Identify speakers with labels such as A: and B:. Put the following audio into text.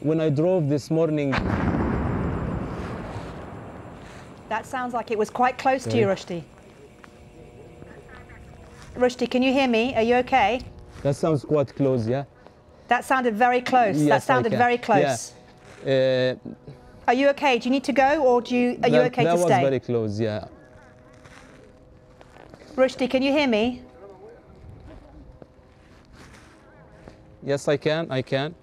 A: when I drove this morning,
B: That sounds like it was quite close to you, Rushdie. Rushdie, can you hear me? Are you okay?
A: that sounds quite close, yeah?
B: That sounded very close.
A: Yes, I
B: that sounded
A: can.
B: very close.
A: Uh,
B: Are you okay? Do you need to go or do you, are you
A: that,
B: okay
A: that
B: to
A: was
B: stay?
A: very close, yeah.
B: Rushdie, can you hear me?
A: Yes, I can, I can.